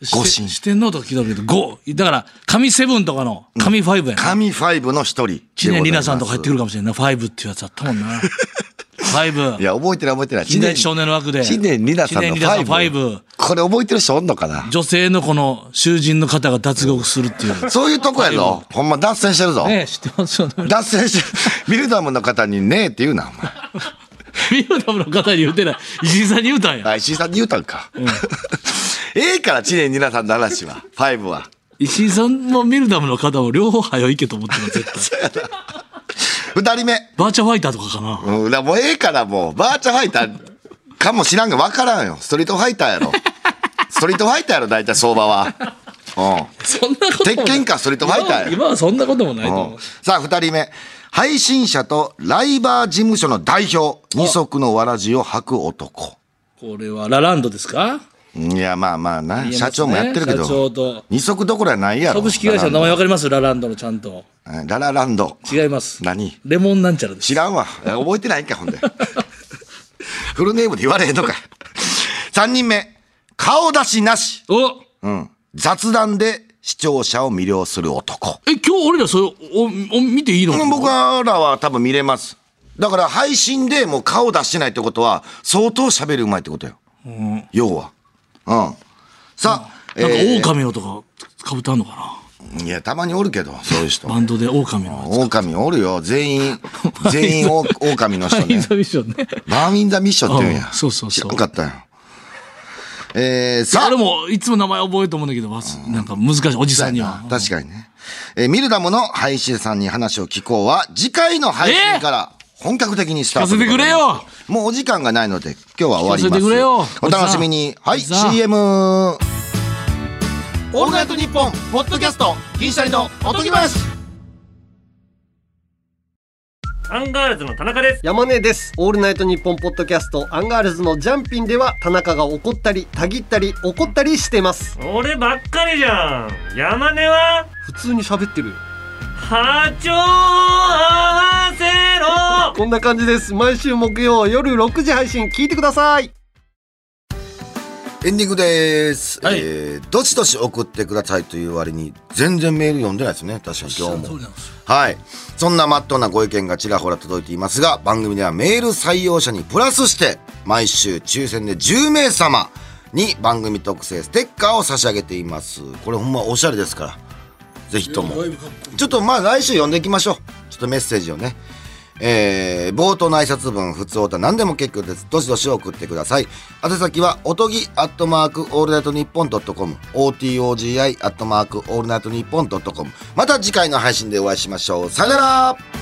S4: して
S2: 五神
S4: 四天王とか聞いたけど、五だから、神セブンとかの、神ファイブやな。
S2: 神ファイブの一人。
S4: 知念里奈さんとか入ってく
S2: る。
S4: るかもしれんない。ファイブっていうやつあった もんな。ファイ
S2: い
S4: ブ。
S2: や、覚えてない覚えてない。
S4: 近代一少年の枠で。
S2: 知念里奈さんの
S4: 知
S2: フ
S4: 念
S2: ァ
S4: 里奈
S2: イ
S4: さんファ
S2: ブ。これ覚えてる人おんのかな
S4: 女性のこの囚人の方が脱獄するって いう。
S2: そういうとこやぞ。ほんま脱線してるぞ。
S4: ねえ、知ってますよね。
S2: 脱線してる。ビルダムの方にねえって言うな、お前。
S4: ミルダムの方に言うてない。石井さんに言うたんや。
S2: あ、石井さんに言うたんか。 ええから、知念里奈さんの話は。ファイブは。
S4: 石井さんもミルダムの方も両方早いけと思ってた、絶 対。
S2: 二人目。
S4: バーチャファイターとかかな。
S2: うん、だもうええからもう、バーチャファイターかもしらんが分からんよ。ストリートファイターや ろ。ストリートファイターやろ、大体相場は。う
S4: そんなこともない。
S2: 鉄拳かストリートファイターや
S4: 今は今はそんなこともないと
S2: ん。
S4: 思
S2: うん
S4: う。
S2: さあ、二人目。配信者とライバー事務所の代表、二足のわらじを履く男。
S4: これはラランドですか
S2: いや、まあまあな、
S4: 言えますね
S2: 社長もやってるけど。
S4: 社長と
S2: 二足どころやないやろ。
S4: 株式会社の名前わかりますラランドのちゃんと。
S2: うんララランド。
S4: 違います。
S2: 何
S4: レモンなんちゃらです。
S2: 知らんわ。え覚えてないんか、ほんで。 フルネームで言われへんのか。三人目。顔出しなし。
S4: お
S2: うん。雑談で視聴者を魅了する男。
S4: え、今日俺らそれ、お、お見ていいの
S2: 僕らは多分見れます。だから配信でもう顔出してないってことは、相当喋りうまいってことよ。要は。うん。さあ、
S4: なんか
S2: えー
S4: 狼のとか、かぶってあんのか
S2: いや、たまにおるけど、そういう人
S4: な。バンドで狼の。
S2: 狼おるよ。全 員、全員お狼の人
S4: イン
S2: ね。
S4: ザミッションね。
S2: バーミンダミッションって言うんや。
S4: うんそうそうそう
S2: 知らんかったよ。えー、さあ
S4: 俺もいつも名前覚えると思うんだけど、わすなんか難しい、おじさんには。
S2: 確かにね。えーミルダムの配信さんに話を聞こうは、次回の配信から本格的にスタート。
S4: 聞かせてくれよ
S2: もうお時間がないので、今日は終わります。
S4: 聞かせてくれよ
S2: お楽しみに。
S4: お
S2: はい、
S4: じさん
S2: CM。
S1: オールナイトニッポンポッドキャスト銀シャリのおとぎ話
S5: アンガールズの田中です。
S6: 山根です。オールナイトニッポンポッドキャストアンガールズのジャンピンでは田中が怒ったり、たぎったり、怒ったりしてます。
S5: 俺ばっかりじゃん。山根は
S6: 普通に喋ってるよ。
S5: 波長を合わせろ
S6: こんな感じです。毎週木曜夜6時配信聞いてください。
S2: エンディングです、
S4: はい
S2: えーどしどし送ってくださいという割に全然メール読んでないですね確かに今日もはいそんなまっとうなご意見がちらほら届いていますが番組ではメール採用者にプラスして毎週抽選で10名様に番組特製ステッカーを差し上げていますこれほんまおしゃれですからぜひともちょっとまあ来週読んでいきましょうちょっとメッセージをねえー冒頭の挨拶文、普通おた何でも結構です。どしどし送ってください。宛先は、おとぎ、アットマーク、オールナイトニッポンドットコム、OTOGI、アットマーク、オールナイトニッポンドットコム。また次回の配信でお会いしましょう。さよなら